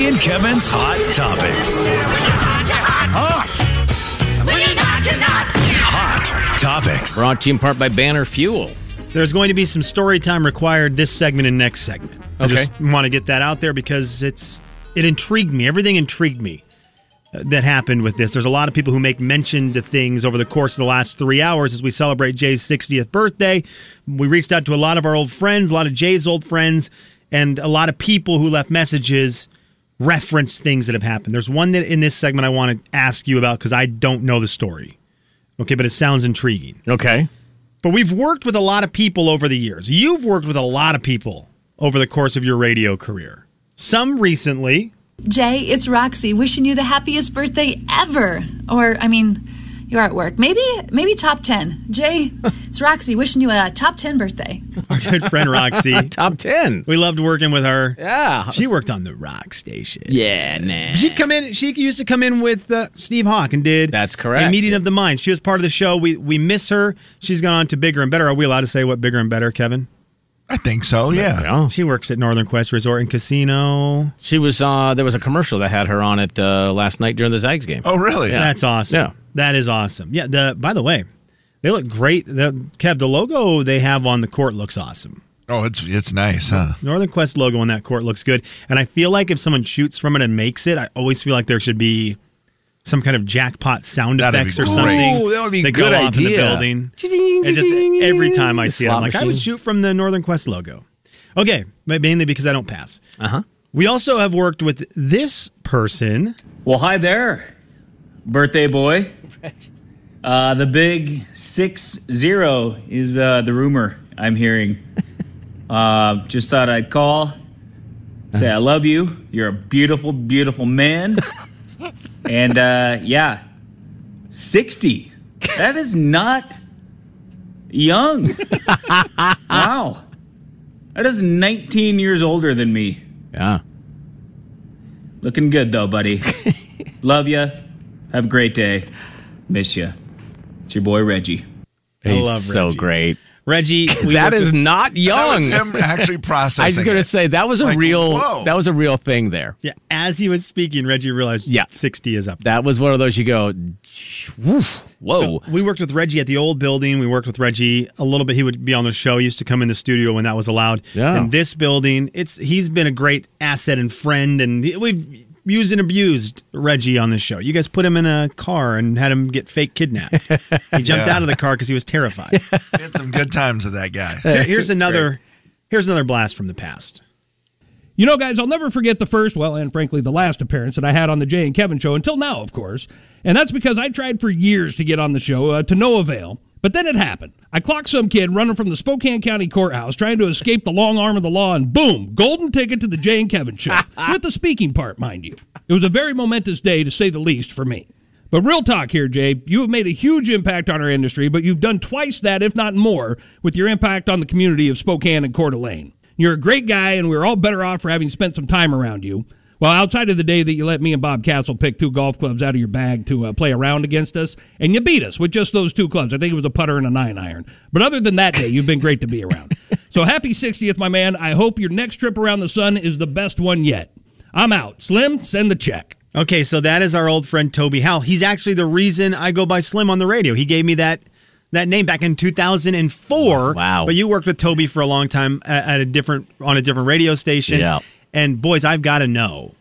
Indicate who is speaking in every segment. Speaker 1: and Kevin's Hot Topics. Hot Topics.
Speaker 2: Brought to you in part by Banner Fuel.
Speaker 3: There's going to be some story time required this segment and next segment. I
Speaker 2: Okay.
Speaker 3: just want to get that out there because it's it intrigued me. Everything intrigued me uh, that happened with this. There's a lot of people who make mention to things over the course of the last three hours as we celebrate Jay's 60th birthday. We reached out to a lot of our old friends, a lot of Jay's old friends, and a lot of people who left messages reference things that have happened. There's one that in this segment I want to ask you about because I don't know the story. Okay, but it sounds intriguing.
Speaker 2: Okay.
Speaker 3: But we've worked with a lot of people over the years. You've worked with a lot of people over the course of your radio career. Some recently.
Speaker 4: Jay, it's Roxy wishing you the happiest birthday ever. Or, I mean, you're at work. Maybe, maybe top 10. Jay, it's Roxy wishing you a top 10 birthday.
Speaker 3: Our good friend Roxy.
Speaker 2: Top 10.
Speaker 3: We loved working with her.
Speaker 2: Yeah.
Speaker 3: She worked on the rock station.
Speaker 2: Yeah, nah.
Speaker 3: She'd come in. She used to come in with uh, Steve Hawk and did
Speaker 2: That's correct.
Speaker 3: A meeting of the minds. She was part of the show. We we miss her. She's gone on to bigger and better. Are we allowed to say what bigger and better, Kevin?
Speaker 1: I think so, yeah.
Speaker 2: Oh.
Speaker 3: She works at Northern Quest Resort and Casino.
Speaker 2: She was, uh, there was a commercial that had her on it uh, last night during the Zags game.
Speaker 1: Oh, really?
Speaker 3: That's awesome.
Speaker 2: Yeah.
Speaker 3: That is awesome. Yeah. The by the way, they look great. The, Kev, the logo they have on the court looks awesome.
Speaker 1: Oh, it's it's nice, huh?
Speaker 3: Northern Quest logo on that court looks good. And I feel like if someone shoots from it and makes it, I always feel like there should be some kind of jackpot sound
Speaker 1: That'd be
Speaker 3: effects or
Speaker 1: great.
Speaker 3: something.
Speaker 2: Ooh, that would be
Speaker 3: that
Speaker 2: good
Speaker 3: go off in the
Speaker 2: idea.
Speaker 3: building. And just every time I see it, I'm
Speaker 2: Slot
Speaker 3: like, I would
Speaker 2: machine.
Speaker 3: shoot from the Northern Quest logo. Okay, but mainly because I don't pass. Uh
Speaker 2: Uh-huh.
Speaker 3: huh. We also have worked with this person.
Speaker 5: Well, hi there, birthday boy. Uh, the big six zero is uh, the rumor I'm hearing. Uh, just thought I'd call, say I love you. You're a beautiful, beautiful man. and uh, yeah, sixty. That is not young. wow, that is 19 years older than me.
Speaker 2: Yeah.
Speaker 5: Looking good though, buddy. Love ya. Have a great day. Miss ya. It's your boy Reggie.
Speaker 3: I
Speaker 2: He's
Speaker 3: love
Speaker 2: so
Speaker 3: Reggie.
Speaker 2: great.
Speaker 3: Reggie, we
Speaker 2: that
Speaker 3: worked
Speaker 2: is
Speaker 3: with-
Speaker 2: not
Speaker 6: That
Speaker 2: young.
Speaker 6: was him actually processing.
Speaker 2: I was going to
Speaker 6: it.
Speaker 2: say that was a
Speaker 6: Like,
Speaker 2: real
Speaker 6: whoa.
Speaker 2: that was a real thing there.
Speaker 3: yeah. As he was speaking, Reggie realized
Speaker 2: Yeah.
Speaker 3: sixty is up.
Speaker 2: That was one of those you go, woof, whoa.
Speaker 3: So we worked with Reggie at the old building. We worked with Reggie a little bit. He would be on the show. He used to come in the studio when that was allowed.
Speaker 2: Yeah.
Speaker 3: In this building, it's he's been a great asset and friend, and we've used and abused Reggie on this show. You guys put him in a car and had him get fake kidnapped. he jumped
Speaker 6: Yeah.
Speaker 3: out of the car because he was terrified.
Speaker 6: We had some good times with that guy.
Speaker 3: Here- here's another. Here's another blast from the past.
Speaker 7: You know, guys, I'll never forget the first, well, and frankly, the last appearance that I had on the Jay and Kevin show until now, of course. And that's because I tried for years to get on the show uh, to no avail. But then it happened. I clocked some kid running from the Spokane County Courthouse trying to escape the long arm of the law, and boom, golden ticket to the Jay and Kevin show with the speaking part, mind you. It was a very momentous day, to say the least, for me. But real talk here, Jay. You have made a huge impact on our industry, but you've done twice that, if not more, with your impact on the community of Spokane and Coeur d'Alene. You're a great guy, and we're all better off for having spent some time around you. Well, outside of the day that you let me and Bob Castle pick two golf clubs out of your bag to uh, play around against us, and you beat us with just those two clubs. I think it was a putter and a nine iron. But other than that day, you've been great to be around. So happy 60th, my man. I hope your next trip around the sun is the best one yet. I'm out. Slim, send the check.
Speaker 3: Okay, so that is our old friend Toby Howell. He's actually the reason I go by Slim on the radio. He gave me that that name back in 2004.
Speaker 2: Wow.
Speaker 3: But you worked with Toby for a long time at, at a different on a different radio station.
Speaker 2: Yeah.
Speaker 3: And boys, I've got to know.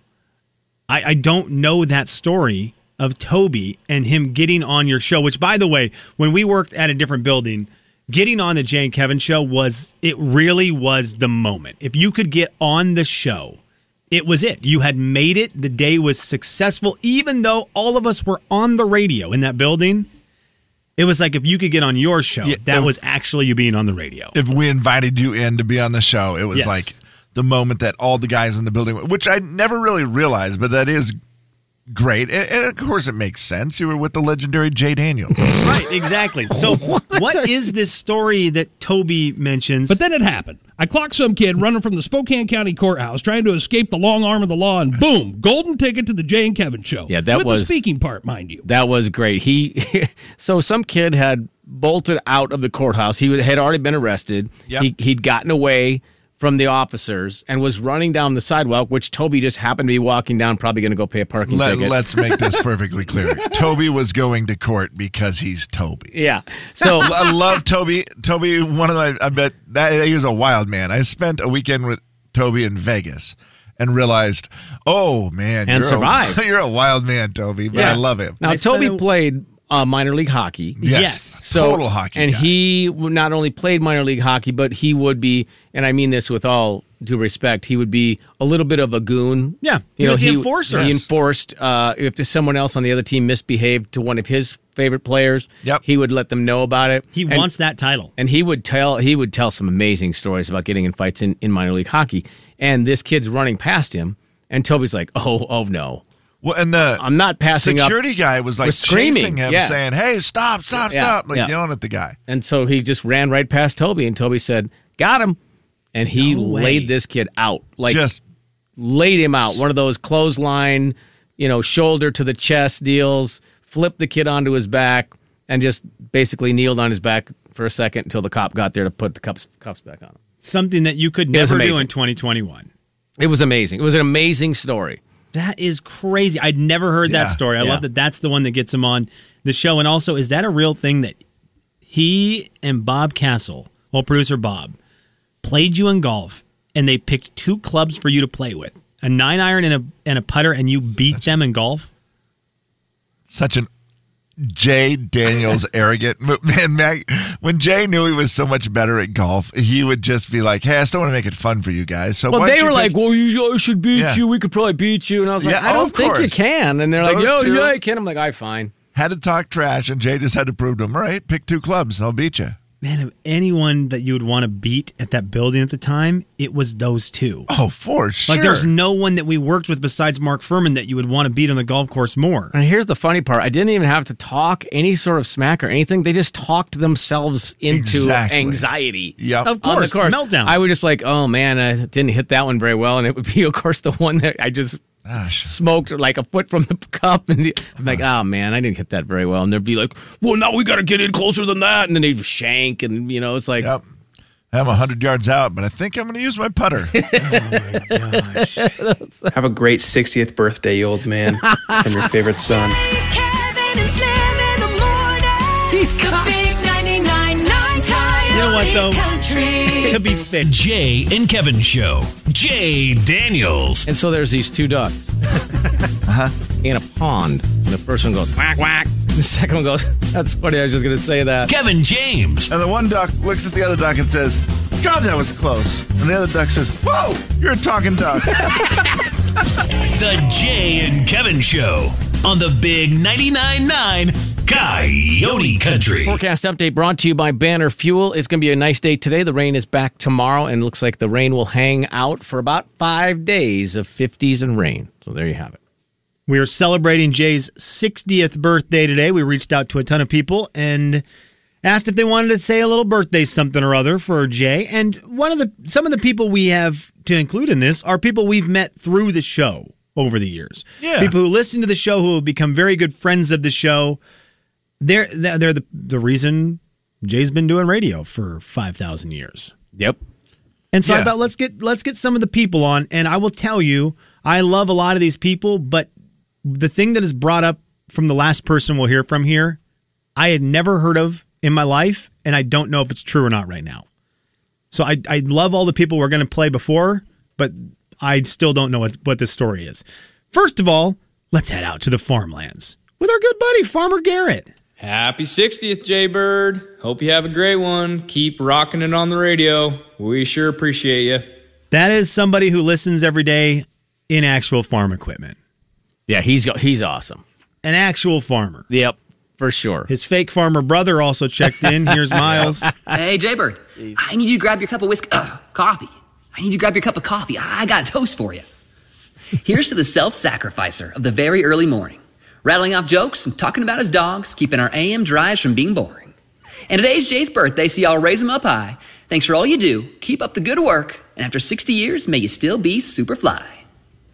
Speaker 3: I, I don't know that story of Toby and him getting on your show. Which, by the way, when we worked at a different building, getting on the Jay and Kevin show was it really was the moment. If you could get on the show it was it. You had made it. The day was successful, even though all of us were on the radio in that building. It was like if you could get on your show,
Speaker 6: Yeah,
Speaker 3: that
Speaker 6: it-
Speaker 3: was actually you being on the radio.
Speaker 6: If we invited you in to be on the show, it was
Speaker 3: Yes.
Speaker 6: like the moment that all the guys in the building, which I never really realized, but that is great. And, and of course, it makes sense. You were with the legendary Jay Daniels.
Speaker 3: right, exactly. So, what is this story that Toby mentions?
Speaker 7: But then it happened. I clocked some kid running from the Spokane County Courthouse trying to escape the long arm of the law, and boom, golden ticket to the Jay and Kevin show.
Speaker 2: Yeah, that
Speaker 7: with
Speaker 2: was-
Speaker 7: the speaking part, mind you.
Speaker 2: That was great. He so some kid had bolted out of the courthouse. He had already been arrested.
Speaker 6: Yep.
Speaker 2: He he'd gotten away from the officers and was running down the sidewalk, which Toby just happened to be walking down, probably going to go pay a parking
Speaker 6: Let,
Speaker 2: ticket.
Speaker 6: let's make this perfectly clear. Toby was going to court because he's Toby.
Speaker 2: yeah. So
Speaker 6: I love Toby. Toby, one of my, I bet that he was a wild man. I spent a weekend with Toby in Vegas and realized, oh man,
Speaker 2: And
Speaker 6: you're
Speaker 2: survived.
Speaker 6: A, you're a wild man, Toby. But I love him.
Speaker 2: Now
Speaker 3: I spent
Speaker 2: Toby
Speaker 3: a-
Speaker 2: played uh, minor league hockey.
Speaker 3: Yes.
Speaker 2: So,
Speaker 6: total hockey.
Speaker 2: And
Speaker 6: guy.
Speaker 2: he w- not only played minor league hockey, but he would be, and I mean this with all due respect, he would be a little bit of a goon.
Speaker 3: Yeah, he was the enforcer.
Speaker 2: He
Speaker 3: Yes.
Speaker 2: enforced uh, if there's someone else on the other team misbehaved to one of his favorite players.
Speaker 6: Yep.
Speaker 2: He would let them know about it.
Speaker 3: He
Speaker 2: And-
Speaker 3: wants that title.
Speaker 2: and he would tell he would tell some amazing stories about getting in fights in, in minor league hockey. And this kid's running past him, and Toby's like, "Oh, oh no,
Speaker 6: well, and the
Speaker 2: I'm not passing up."
Speaker 6: security guy was like
Speaker 2: was screaming,
Speaker 6: chasing him,
Speaker 2: yeah.
Speaker 6: saying, "Hey, stop, stop,
Speaker 2: Yeah,
Speaker 6: stop!" Like
Speaker 2: yeah.
Speaker 6: yelling at the guy.
Speaker 2: And so he just ran right past Toby, and Toby said, "Got him," and he
Speaker 3: No way.
Speaker 2: laid this kid out, like
Speaker 6: Just
Speaker 2: laid him out. One of those clothesline, you know, shoulder to the chest deals. Flipped the kid onto his back and just basically kneeled on his back for a second until the cop got there to put the cuffs cuffs back on him.
Speaker 3: Something that you could
Speaker 2: was
Speaker 3: never do
Speaker 2: amazing.
Speaker 3: in 2021.
Speaker 2: It was amazing. It was an amazing story.
Speaker 3: That is crazy. I'd never heard
Speaker 6: Yeah,
Speaker 3: that story. I
Speaker 2: yeah.
Speaker 3: love that that's the one that gets him on the show. And also, is that a real thing that he and Bob Castle, well, producer Bob, played you in golf and they picked two clubs for you to play with a nine iron and a, and a putter, and you beat them in golf?
Speaker 6: such an Jay Daniels arrogant mo- man. Mac, when Jay knew he was so much better at golf, he would just be like, "Hey, I still want to make it fun for you guys." So
Speaker 2: Well,
Speaker 6: why don't
Speaker 2: they
Speaker 6: you
Speaker 2: were
Speaker 6: pick-
Speaker 2: like, "Well, you I should beat
Speaker 6: Yeah.
Speaker 2: you. We could probably beat you." And I was like,
Speaker 6: Yeah,
Speaker 2: "I
Speaker 6: oh,
Speaker 2: don't
Speaker 6: of
Speaker 2: think you
Speaker 6: course.
Speaker 2: can." And they're like,
Speaker 6: Those
Speaker 2: "Yo,
Speaker 6: two-
Speaker 2: yeah, you can." I'm like, "I fine."
Speaker 6: had to talk trash, and Jay just had to prove to him, all right, pick two clubs and I'll beat you.
Speaker 3: Man, of anyone that you would want to beat at that building at the time, it was those two.
Speaker 6: Oh, for sure.
Speaker 3: Like, there's no one that we worked with besides Mark Furman that you would want to beat on the golf course more.
Speaker 2: And here's the funny part: I didn't even have to talk any sort of smack or anything. They just talked themselves into
Speaker 6: Exactly.
Speaker 2: anxiety.
Speaker 6: Yep.
Speaker 3: Of
Speaker 2: On the
Speaker 3: course,
Speaker 2: course,
Speaker 3: meltdown.
Speaker 2: I would just like, oh man, I didn't hit that one very well, and it would be, of course, the one that I just
Speaker 6: Gosh.
Speaker 2: smoked like a foot from the cup. And the, I'm like, oh man, I didn't hit that very well. And they'd be like, well, now we got to get in closer than that. And then they'd shank, and you know, it's like,
Speaker 6: Yep. I'm 100 yards out, but I think I'm going to use my putter.
Speaker 8: Have a great 60th birthday, you old man, and your favorite son.
Speaker 9: Kevin and Slim in the morning. He's got the big 99.9 Coyote
Speaker 3: know what, though?
Speaker 9: Country.
Speaker 3: to be fair.
Speaker 10: Jay and Kevin Show. Jay Daniels.
Speaker 2: And so there's these two ducks
Speaker 6: Uh-huh.
Speaker 2: in a pond. And the first one goes, whack, whack. The second one goes, that's funny. I was just going to say that.
Speaker 10: Kevin James.
Speaker 6: and the one duck looks at the other duck and says, God, that was close. And the other duck says, Whoa, you're a talking duck.
Speaker 10: The Jay and Kevin Show on the Big 99.9 Coyote Country.
Speaker 2: Forecast update brought to you by Banner Fuel. It's going to be a nice day today. The rain is back tomorrow, and it looks like the rain will hang out for about five days of 50s and rain. So there you have it.
Speaker 3: We are celebrating Jay's 60th birthday today. We reached out to a ton of people and asked if they wanted to say a little birthday something or other for Jay. And one of the some of the people we have to include in this are people we've met through the show over the years.
Speaker 6: Yeah.
Speaker 3: People who listen to the show who have become very good friends of the show. They're they're they're the the reason Jay's been doing radio for 5,000 years.
Speaker 2: Yep.
Speaker 3: And so I
Speaker 6: Yeah.
Speaker 3: thought let's get let's get some of the people on, and I will tell you, I love a lot of these people, but the thing that is brought up from the last person we'll hear from here, I had never heard of in my life, and I don't know if it's true or not right now. So I I love all the people we're gonna play before, but I still don't know what, what this story is. First of all, let's head out to the farmlands with our good buddy Farmer Garrett.
Speaker 11: Happy 60th, Jaybird. Hope you have a great one. Keep rocking it on the radio. We sure appreciate you.
Speaker 3: That is somebody who listens every day in actual farm equipment.
Speaker 2: Yeah, he's he's awesome.
Speaker 3: An actual farmer.
Speaker 2: Yep, for sure.
Speaker 3: His fake farmer brother also checked in. Here's Miles.
Speaker 12: Hey, Jaybird, I need you to grab your cup of whiskey, uh, coffee. I need you to grab your cup of coffee. I got a toast for you. Here's to the self sacrificer of the very early morning, rattling off jokes and talking about his dogs, keeping our AM drives from being boring. And today's Jay's birthday, so y'all raise him up high. Thanks for all you do. Keep up the good work. And after 60 years, may you still be super fly.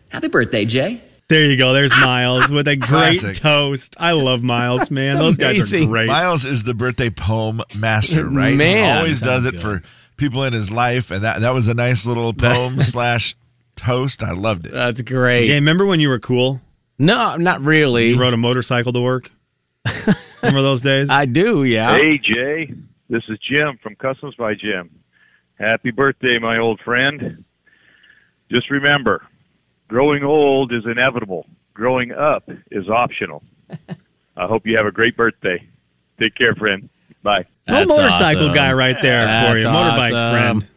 Speaker 12: Happy birthday, Jay.
Speaker 3: There you go. There's Miles with a great
Speaker 6: Classic.
Speaker 3: toast. I love Miles, man. Those guys are
Speaker 2: amazing.
Speaker 3: great.
Speaker 6: Miles is the birthday poem master, right? He
Speaker 2: Man.
Speaker 6: always does it for
Speaker 1: people in his life, and that that was a nice little poem slash toast. I loved it.
Speaker 2: That's great.
Speaker 3: Jay, remember when you were cool?
Speaker 2: No, not really.
Speaker 3: You rode a motorcycle to work. remember those days?
Speaker 2: I do. Yeah.
Speaker 13: Hey, Jay. This is Jim from Customs by Jim. Happy birthday, my old friend. Just remember, growing old is inevitable. Growing up is optional. I hope you have a great birthday. Take care, friend. Bye.
Speaker 3: No motorcycle guy right there for
Speaker 2: That's
Speaker 3: you, motorbike
Speaker 2: awesome.
Speaker 3: friend.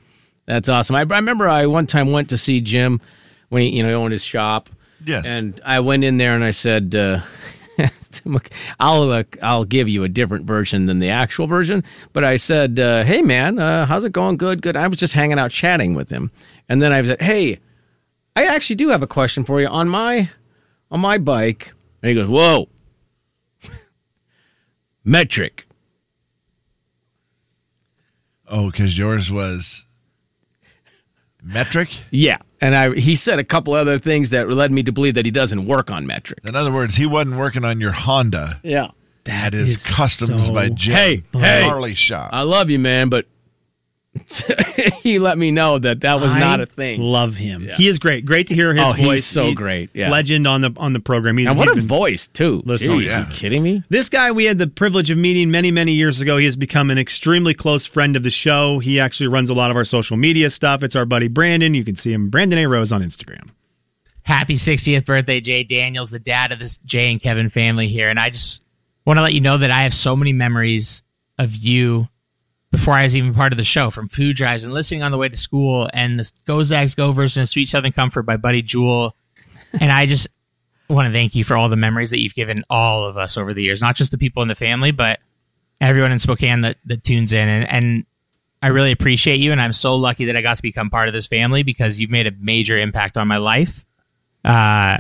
Speaker 2: That's awesome. I, I remember I one time went to see Jim when he, you know, he owned his shop.
Speaker 1: Yes.
Speaker 2: And I went in there and I said, uh, "I'll uh, I'll give you a different version than the actual version." But I said, uh, "Hey man, uh, how's it going? Good, good." I was just hanging out chatting with him, and then I said, "Hey, I actually do have a question for you on my on my bike." And he goes, "Whoa, metric."
Speaker 1: Oh, because yours was metric.
Speaker 2: Yeah, and I he said a couple other things that led me to believe that he doesn't work on metric.
Speaker 1: In other words, he wasn't working on your Honda.
Speaker 2: Yeah.
Speaker 1: That is customs
Speaker 2: so
Speaker 1: by Jim.
Speaker 2: Hey, hey.
Speaker 1: Harley shop.
Speaker 2: I love you, man, but he let me know that that was not
Speaker 3: I
Speaker 2: a thing.
Speaker 3: Love him. He is great. Great to hear his
Speaker 2: Oh, he's
Speaker 3: voice.
Speaker 2: so great, yeah.
Speaker 3: Legend on the on the program. He's,
Speaker 2: and what
Speaker 3: he's
Speaker 2: a
Speaker 3: been-
Speaker 2: voice too.
Speaker 3: Listen,
Speaker 2: Jeez,
Speaker 3: Oh, yeah.
Speaker 2: you kidding me?
Speaker 3: This guy we had the privilege of meeting many, many years ago. He has become an extremely close friend of the show. He actually runs a lot of our social media stuff. It's our buddy Brandon. You can see him, Brandon A. Rose, on Instagram.
Speaker 5: Happy 60th birthday, Jay Daniels, the dad of this Jay and Kevin family here. And I just want to let you know that I have so many memories of you before I was even part of the show from food drives and listening on the way to school and the Go Zags Go version of Sweet Southern Comfort by Buddy Jewel. And I just want to thank you for all the memories that you've given all of us over the years, not just the people in the family, but everyone in Spokane that, that tunes in. And, and I really appreciate you. And I'm so lucky that I got to become part of this family because you've made a major impact on my life uh,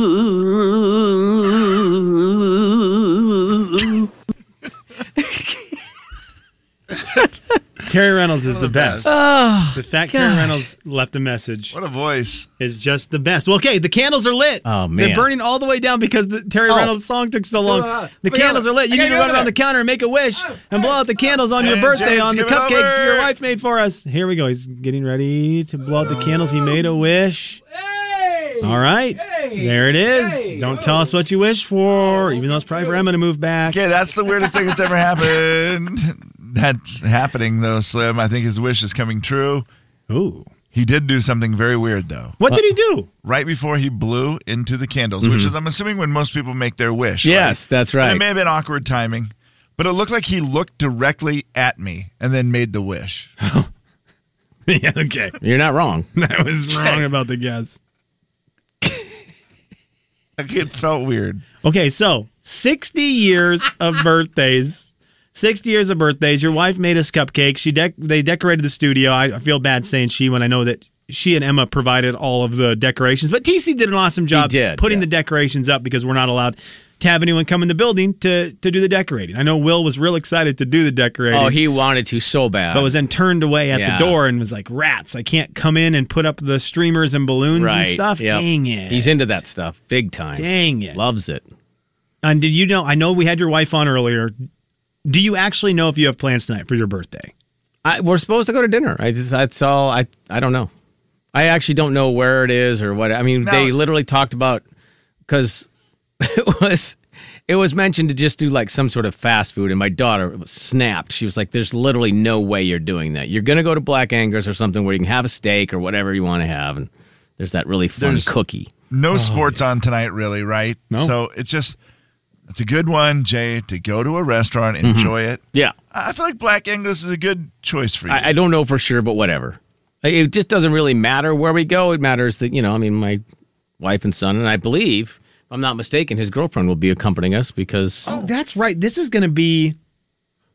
Speaker 14: you.
Speaker 3: Terry Reynolds is the best.
Speaker 2: Oh,
Speaker 3: the fact Terry
Speaker 2: gosh.
Speaker 3: Reynolds left a message. What
Speaker 1: a voice!
Speaker 3: Is just the best. Well, okay, the candles are lit.
Speaker 2: Oh
Speaker 3: They're
Speaker 2: man.
Speaker 3: burning all the way down because the Terry
Speaker 2: Oh.
Speaker 3: Reynolds song took so long.
Speaker 2: No, no, no.
Speaker 3: The
Speaker 2: But yeah,
Speaker 3: candles are lit.
Speaker 2: I
Speaker 3: You
Speaker 2: gotta
Speaker 3: need to
Speaker 2: go
Speaker 3: run
Speaker 2: over
Speaker 3: around the
Speaker 2: there.
Speaker 3: counter and make a wish and blow out the candles on your
Speaker 1: And
Speaker 3: birthday
Speaker 1: James,
Speaker 3: on the
Speaker 1: give it
Speaker 3: cupcakes
Speaker 1: over.
Speaker 3: your wife made for us. Here we go. He's getting ready to blow out the candles. He made a wish. All right. There it is. Don't tell us what you wish for, even though it's probably for Emma to move back.
Speaker 1: Okay, that's the weirdest thing that's ever happened. That's happening though, Slim. I think his wish is coming true.
Speaker 3: Ooh.
Speaker 1: He did do something very weird though.
Speaker 3: What did he do?
Speaker 1: Right before he blew into the candles, which is I'm assuming when most people make their wish.
Speaker 2: Yes,
Speaker 1: right?
Speaker 2: that's right.
Speaker 1: And it may have been awkward timing, but it looked like he looked directly at me and then made the wish.
Speaker 3: yeah, okay.
Speaker 2: You're not wrong.
Speaker 3: I was wrong about the guess.
Speaker 1: Like, it felt weird.
Speaker 3: Okay, so 60 years of birthdays. 60 years of birthdays. Your wife made us cupcakes. She dec- they decorated the studio. I, I feel bad saying she when I know that she and Emma provided all of the decorations, but TC did an awesome job
Speaker 2: did,
Speaker 3: putting the decorations up because we're not allowed to have anyone come in the building to to do the decorating. I know Will was real excited to do the decorating.
Speaker 2: Oh, he wanted to so bad.
Speaker 3: but was then turned away at
Speaker 2: Yeah.
Speaker 3: the door and was like, "Rats! I can't come in and put up the streamers and balloons and
Speaker 2: right.
Speaker 3: stuff."
Speaker 2: Yep.
Speaker 3: Dang it!
Speaker 2: He's into that stuff big time.
Speaker 3: Dang it!
Speaker 2: Loves it.
Speaker 3: And did you know? I know we had your wife on earlier. Do you actually know if you have plans tonight for your birthday?
Speaker 2: I, we're supposed to go to dinner. I just, that's all. I I don't know. I actually don't know where it is or what. I mean,
Speaker 1: No.
Speaker 2: they literally talked about because it was it was mentioned to just do like some sort of fast food, and my daughter was snapped. She was like, "There's literally no way you're doing that. You're gonna go to Black Angus or something where you can have a steak or whatever you want to have." And there's that really fun
Speaker 1: There's-
Speaker 2: cookie.
Speaker 1: No sports on tonight, really, right?
Speaker 3: Oh, No.
Speaker 1: So it's just it's a good one, Jay, to go to a restaurant,
Speaker 3: Mm-hmm.
Speaker 1: enjoy it.
Speaker 2: Yeah,
Speaker 1: I I feel like Black Angus is a good choice for you.
Speaker 2: I, I don't know for sure, but whatever. I- It just doesn't really matter where we go. It matters that, you know, I mean, my wife and son, and I believe, if I'm not mistaken, his girlfriend will be accompanying us because
Speaker 3: Oh, that's right. This is going to be,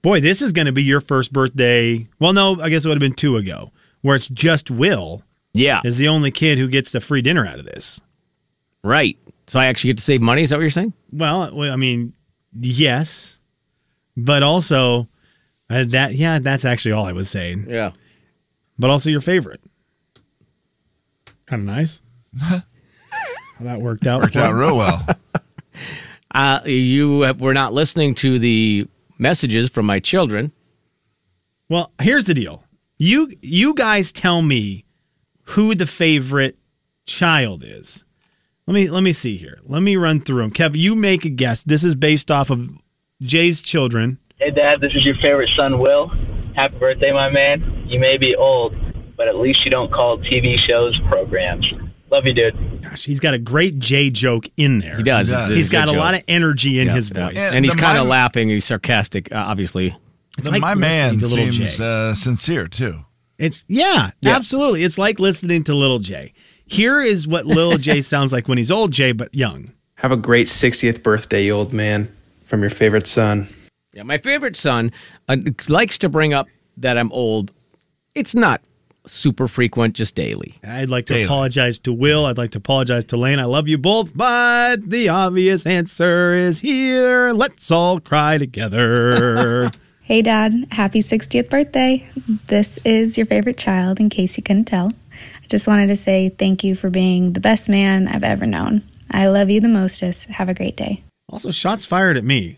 Speaker 3: boy, this is going to be your first birthday. Well, no, I guess it would have been two ago, where it's just Will
Speaker 2: Yeah,
Speaker 3: is the only kid who gets the free dinner out of this.
Speaker 2: right. So I actually get to save money. Is that what you're saying?
Speaker 3: Well, well, I mean, yes, but also uh, that, yeah, that's actually all I was saying.
Speaker 2: Yeah.
Speaker 3: But also your favorite. Kind of nice. How that worked out.
Speaker 1: Worked out real well.
Speaker 2: Uh, you have, were not listening to the messages from my children.
Speaker 3: Well, here's the deal. You you guys tell me who the favorite child is. Let me let me see here. Let me run through them. Kev, you make a guess. This is based off of Jay's children.
Speaker 15: Hey, Dad, this is your favorite son, Will. Happy birthday, my man. You may be old, but at least you don't call TV shows programs. Love you, dude.
Speaker 3: Gosh, he's got a great Jay joke in there.
Speaker 2: He does. It's-
Speaker 1: does.
Speaker 2: it's
Speaker 3: He's got a
Speaker 2: good
Speaker 3: lot
Speaker 2: joke.
Speaker 3: of energy in
Speaker 2: Yeah,
Speaker 3: his
Speaker 2: yeah.
Speaker 3: voice.
Speaker 1: Yeah.
Speaker 2: And he's
Speaker 1: The
Speaker 2: kind of
Speaker 1: mom-
Speaker 2: laughing. He's sarcastic, uh, obviously.
Speaker 3: It's
Speaker 1: The-
Speaker 3: like
Speaker 1: my
Speaker 3: listening
Speaker 1: man
Speaker 3: to Little
Speaker 1: seems
Speaker 3: Jay.
Speaker 1: uh, sincere too.
Speaker 3: It's yeah,
Speaker 2: Yeah.
Speaker 3: absolutely. It's like listening to Little Jay. Here is what Little Jay sounds like when he's old Jay but young.
Speaker 8: Have a great 60th birthday, you old man, from your favorite son.
Speaker 2: Yeah, my favorite son uh, likes to bring up that I'm old. It's not super frequent, just daily.
Speaker 3: I'd like to
Speaker 1: Daily.
Speaker 3: apologize to Will. I'd like to apologize to Lane. I love you both, but the obvious answer is here. Let's all cry together.
Speaker 16: Hey, Dad, happy 60th birthday. This is your favorite child, in case you couldn't tell. I just wanted to say thank you for being the best man I've ever known. I love you the mostest. Have a great day.
Speaker 3: also, shots fired at me.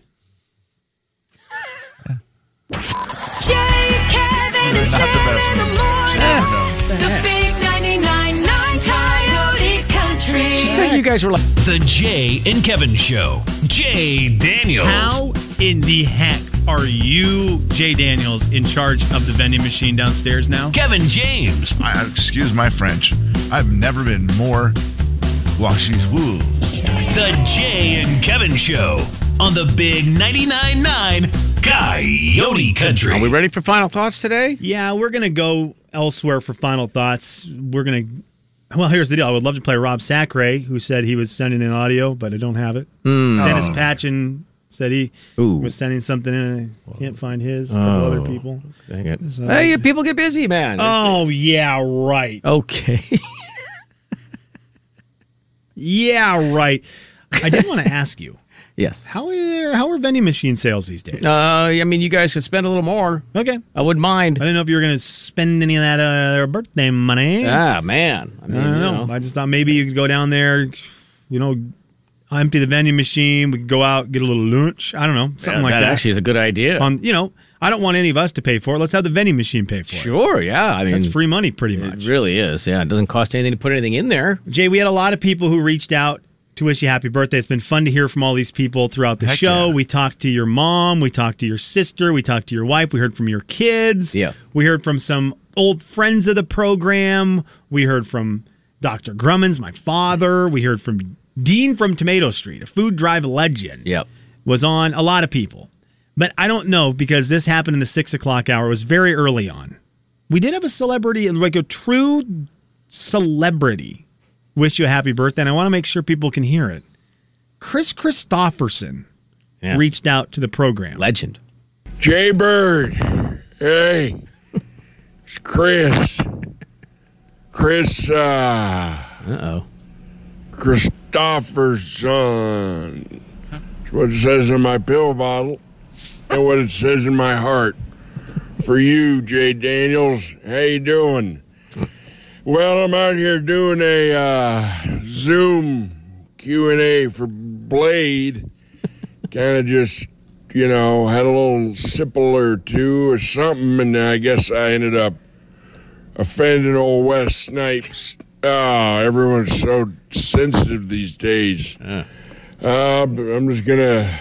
Speaker 9: Jay, Kevin, and
Speaker 1: Not the
Speaker 9: Slim
Speaker 1: best
Speaker 9: in the
Speaker 1: man. Should
Speaker 9: morning.
Speaker 1: never know.
Speaker 9: The big 99.9 Coyote Country.
Speaker 2: She said you guys were like,
Speaker 10: The Jay and Kevin Show. Jay Daniels.
Speaker 3: How in the heck are you, Jay Daniels, in charge of the vending machine downstairs now?
Speaker 10: Kevin James.
Speaker 1: I, excuse my French. I've never been more washies woo.
Speaker 10: The Jay and Kevin Show on the Big 99.9 Coyote Country.
Speaker 2: Are we ready for final thoughts today?
Speaker 3: Yeah, we're going to go elsewhere for final thoughts. We're going to. Well, here's the deal. I would love to play Rob Sacre, who said he was sending in audio, but I don't have it. Dennis Patchen said he
Speaker 2: Hmm. Oh. Ooh. Oh.
Speaker 3: was sending something in. and I can't find his. A couple other people.
Speaker 2: Dang it. Hey, people get busy, man.
Speaker 3: Oh yeah, right.
Speaker 2: Okay.
Speaker 3: Yeah, right. I did want to ask you.
Speaker 2: Yes.
Speaker 3: How are how are vending machine sales these days?
Speaker 2: Uh, I mean, you guys could spend a little more.
Speaker 3: Okay.
Speaker 2: I wouldn't mind.
Speaker 3: I didn't know if you were going to spend any of that uh, birthday money.
Speaker 2: Ah, man. I
Speaker 3: I,
Speaker 2: mean,
Speaker 3: don't
Speaker 2: you
Speaker 3: know.
Speaker 2: know.
Speaker 3: I just thought maybe you could go down there, you know, empty the vending machine. We could go out, get a little lunch. I don't know, something
Speaker 2: Yeah,
Speaker 3: like that.
Speaker 2: actually is a good idea.
Speaker 3: On you know, I don't want any of us to pay for it. Let's have the vending machine pay for it.
Speaker 2: Sure, yeah. I mean,
Speaker 3: That's free money, pretty much.
Speaker 2: It really is. Yeah, it doesn't cost anything to put anything in there.
Speaker 3: Jay, we had a lot of people who reached out to wish you happy birthday. It's been fun to hear from all these people throughout the
Speaker 2: Heck
Speaker 3: show. We talked to your mom, we talked to your sister, we talked to your wife, we heard from your kids.
Speaker 2: Yeah.
Speaker 3: We heard from some old friends of the program. We heard from Dr. Grummins, my father. We heard from Dean from Tomato Street, a food drive legend.
Speaker 2: Yep.
Speaker 3: Was on a lot of people. But I don't know because this happened in the six o'clock hour. It was very early on. We did have a celebrity, like a true celebrity, wish you a happy birthday. And I want to make sure people can hear it. Chris Christopherson
Speaker 2: Yeah.
Speaker 3: reached out to the program.
Speaker 2: Legend.
Speaker 17: Jay Bird. Hey, it's Chris. Chris. Uh
Speaker 2: oh.
Speaker 17: Christopherson. That's what it says in my pill bottle and what it says in my heart. For you, Jay Daniels, how you doing? Well, I'm out here doing a uh, Zoom Q and A for Blade. Kind of just, you know, had a little sipple or two or something, and I guess I ended up offending old Wes Snipes. Ah, everyone's so sensitive these days. Uh, but I'm just gonna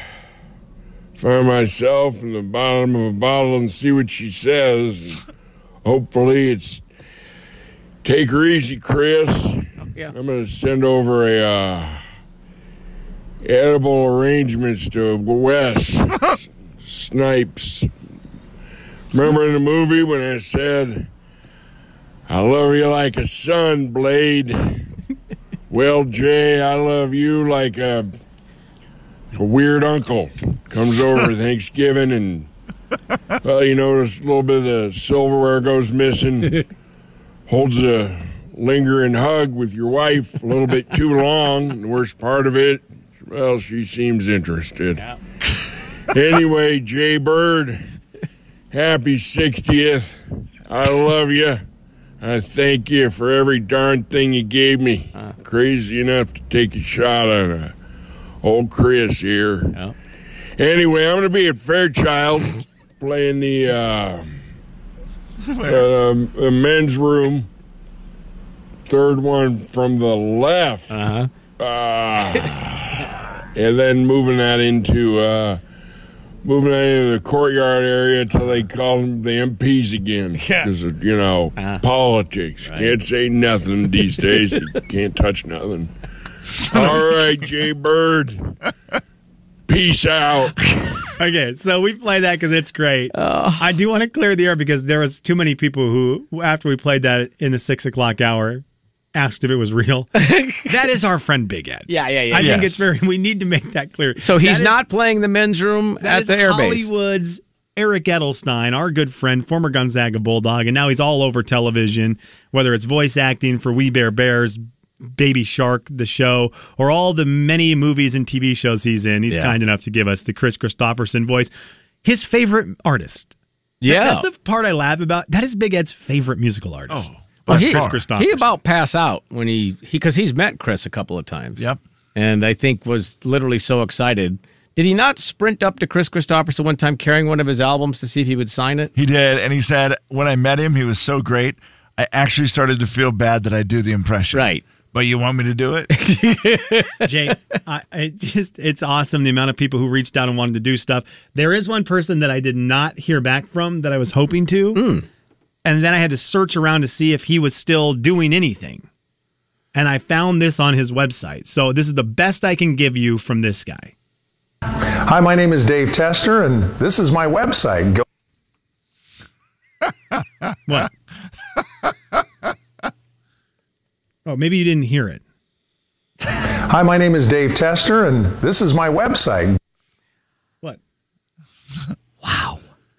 Speaker 17: find myself in the bottom of a bottle and see what she says. Hopefully, it's take her easy, Chris. I'm gonna send over a uh, edible arrangements to Wes Snipes. Remember in the movie when I said, "I love you like a son, Blade." well, Jay, I love you like a a weird uncle comes over Thanksgiving and well, you notice a little bit of the silverware goes missing. Holds a lingering hug with your wife a little bit too long. The worst part of it, well, she seems interested. Anyway, Jay Bird, happy 60th. I love you. I thank you for every darn thing you gave me. Crazy enough to take a shot at a old Chris here. Anyway, I'm going to be at Fairchild playing the uh, uh, uh, men's room. Third one from the left. Uh-huh. and then moving that into uh, moving that into the courtyard area until they call them the MPs again. Because you know politics can't say nothing these days. You can't touch nothing. All right, Jay Bird. Peace out.
Speaker 3: okay, so we play that because it's great. I do want to clear the air because there was too many people who, after we played that in the six o'clock hour, asked if it was real. that is our friend Big Ed.
Speaker 2: Yeah, yeah, yeah.
Speaker 3: I think it's very. We need to make that clear.
Speaker 2: So he's
Speaker 3: That is-
Speaker 2: not playing the men's room
Speaker 3: That
Speaker 2: at
Speaker 3: is
Speaker 2: the airbase.
Speaker 3: Hollywood's Eric Edelstein, our good friend, former Gonzaga Bulldog, and now he's all over television, whether it's voice acting for We Bear Bears, Baby Shark, the show, or all the many movies and TV shows he's in. He's
Speaker 2: Yeah.
Speaker 3: kind enough to give us the Chris Christopherson voice. His favorite artist. That-
Speaker 2: Yeah.
Speaker 3: That's the part I laugh about. That is Big Ed's favorite musical artist. Oh,
Speaker 2: Well,
Speaker 3: Chris
Speaker 2: he
Speaker 3: Christopherson.
Speaker 2: about pass out when he because he's met Chris a couple of times.
Speaker 1: Yep.
Speaker 2: And I think was literally so excited. Did he not sprint up to Chris Christopherson one time carrying one of his albums to see if he would sign it?
Speaker 1: He did, and he said when I met him, he was so great. I actually started to feel bad that I do the impression.
Speaker 2: Right.
Speaker 1: But you want me to do it?
Speaker 3: Jay, I, I just, it's awesome the amount of people who reached out and wanted to do stuff. There is one person that I did not hear back from that I was hoping to. And then I had to search around to see if he was still doing anything. And I found this on his website. So this is the best I can give you from this guy.
Speaker 18: Hi, my name is Dave Tester, and this is my website. Go.
Speaker 3: What? oh, maybe you didn't hear it.
Speaker 18: Hi, my name is Dave Tester, and this is my website.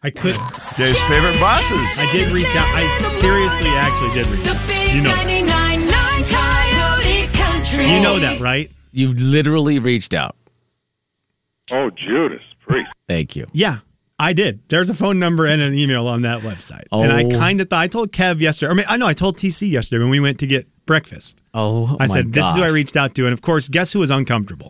Speaker 3: I could.
Speaker 1: Jay's favorite bosses.
Speaker 3: I did reach out. I seriously actually did reach out. You know, that.
Speaker 9: 99.9 Coyote Country.
Speaker 3: you know that, right?
Speaker 2: You literally reached out.
Speaker 19: Oh, Judas Priest.
Speaker 2: Thank you.
Speaker 3: Yeah, I did. There's a phone number and an email on that website. And I
Speaker 2: Oh.
Speaker 3: kind of thought, I told Kev yesterday, or I mean, I know I told TC yesterday when we went to get breakfast.
Speaker 2: Oh,
Speaker 3: I
Speaker 2: my
Speaker 3: said, this is who I
Speaker 2: gosh.
Speaker 3: reached out to. And of course, guess who was uncomfortable?